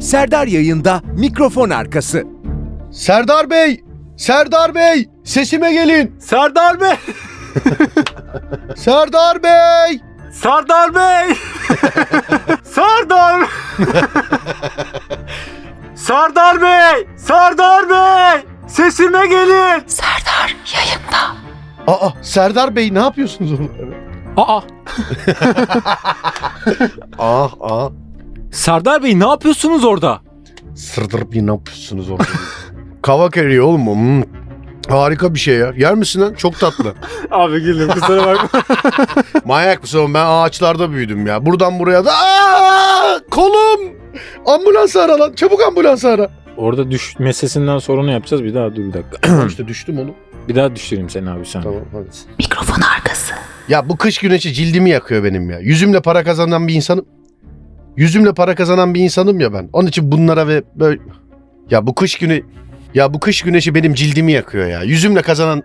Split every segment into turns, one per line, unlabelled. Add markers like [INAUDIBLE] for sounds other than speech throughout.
Serdar yayında mikrofon arkası.
Serdar Bey! Serdar Bey! Sesime gelin!
Serdar Bey!
Serdar Bey!
Serdar Bey! [LAUGHS] Serdar! Serdar Bey! Serdar Bey! Sesime gelin!
Serdar yayında.
Aa Serdar Bey ne yapıyorsunuz oğlum?
Aa!
Ah ah.
Serdar Bey ne yapıyorsunuz orada?
Serdar Bey ne yapıyorsunuz orada? [LAUGHS] Kavak eriyor oğlum. o. Hmm. Harika bir şey ya. Yer misin lan? Çok [LAUGHS] tatlı.
Abi güldüm kusura bakma.
Manyak mısın oğlum? Ben ağaçlarda büyüdüm ya. Buradan buraya da... Aa! Kolum! Ambulans ara lan. Çabuk ambulans [CLEARS THROAT] ara.
[LAUGHS] Orada düşme sesinden sorunu yapacağız. Bir daha dur bir dakika. [CLEARS THROAT]
işte düştüm oğlum.
Bir daha düşüreyim seni abi sen.
Tamam hadi.
Mikrofon arkası.
Ya bu kış güneşi cildimi yakıyor benim ya. Yüzümle para kazanan bir insanım. Yüzümle para kazanan bir insanım ya ben. Onun için bunlara ve böyle... Ya bu kış günü... Ya bu kış güneşi benim cildimi yakıyor ya. Yüzümle kazanan...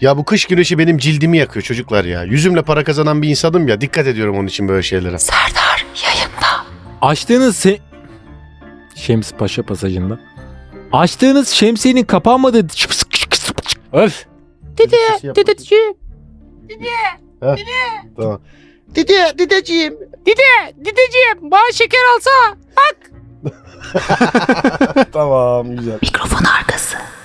Ya bu kış güneşi benim cildimi yakıyor çocuklar ya. Yüzümle para kazanan bir insanım ya. Dikkat ediyorum onun için böyle şeylere.
Serdar yayında.
Açtığınız se- Şems Paşa pasajında. Açtığınız şemsiyenin kapanmadığı Öf.
Dede, dedeciğim. Dede, Tamam. Dede, dedeciğim.
Dedeciğim bana şeker alsa.
Tamam, güzel.
Mikrofon arkası.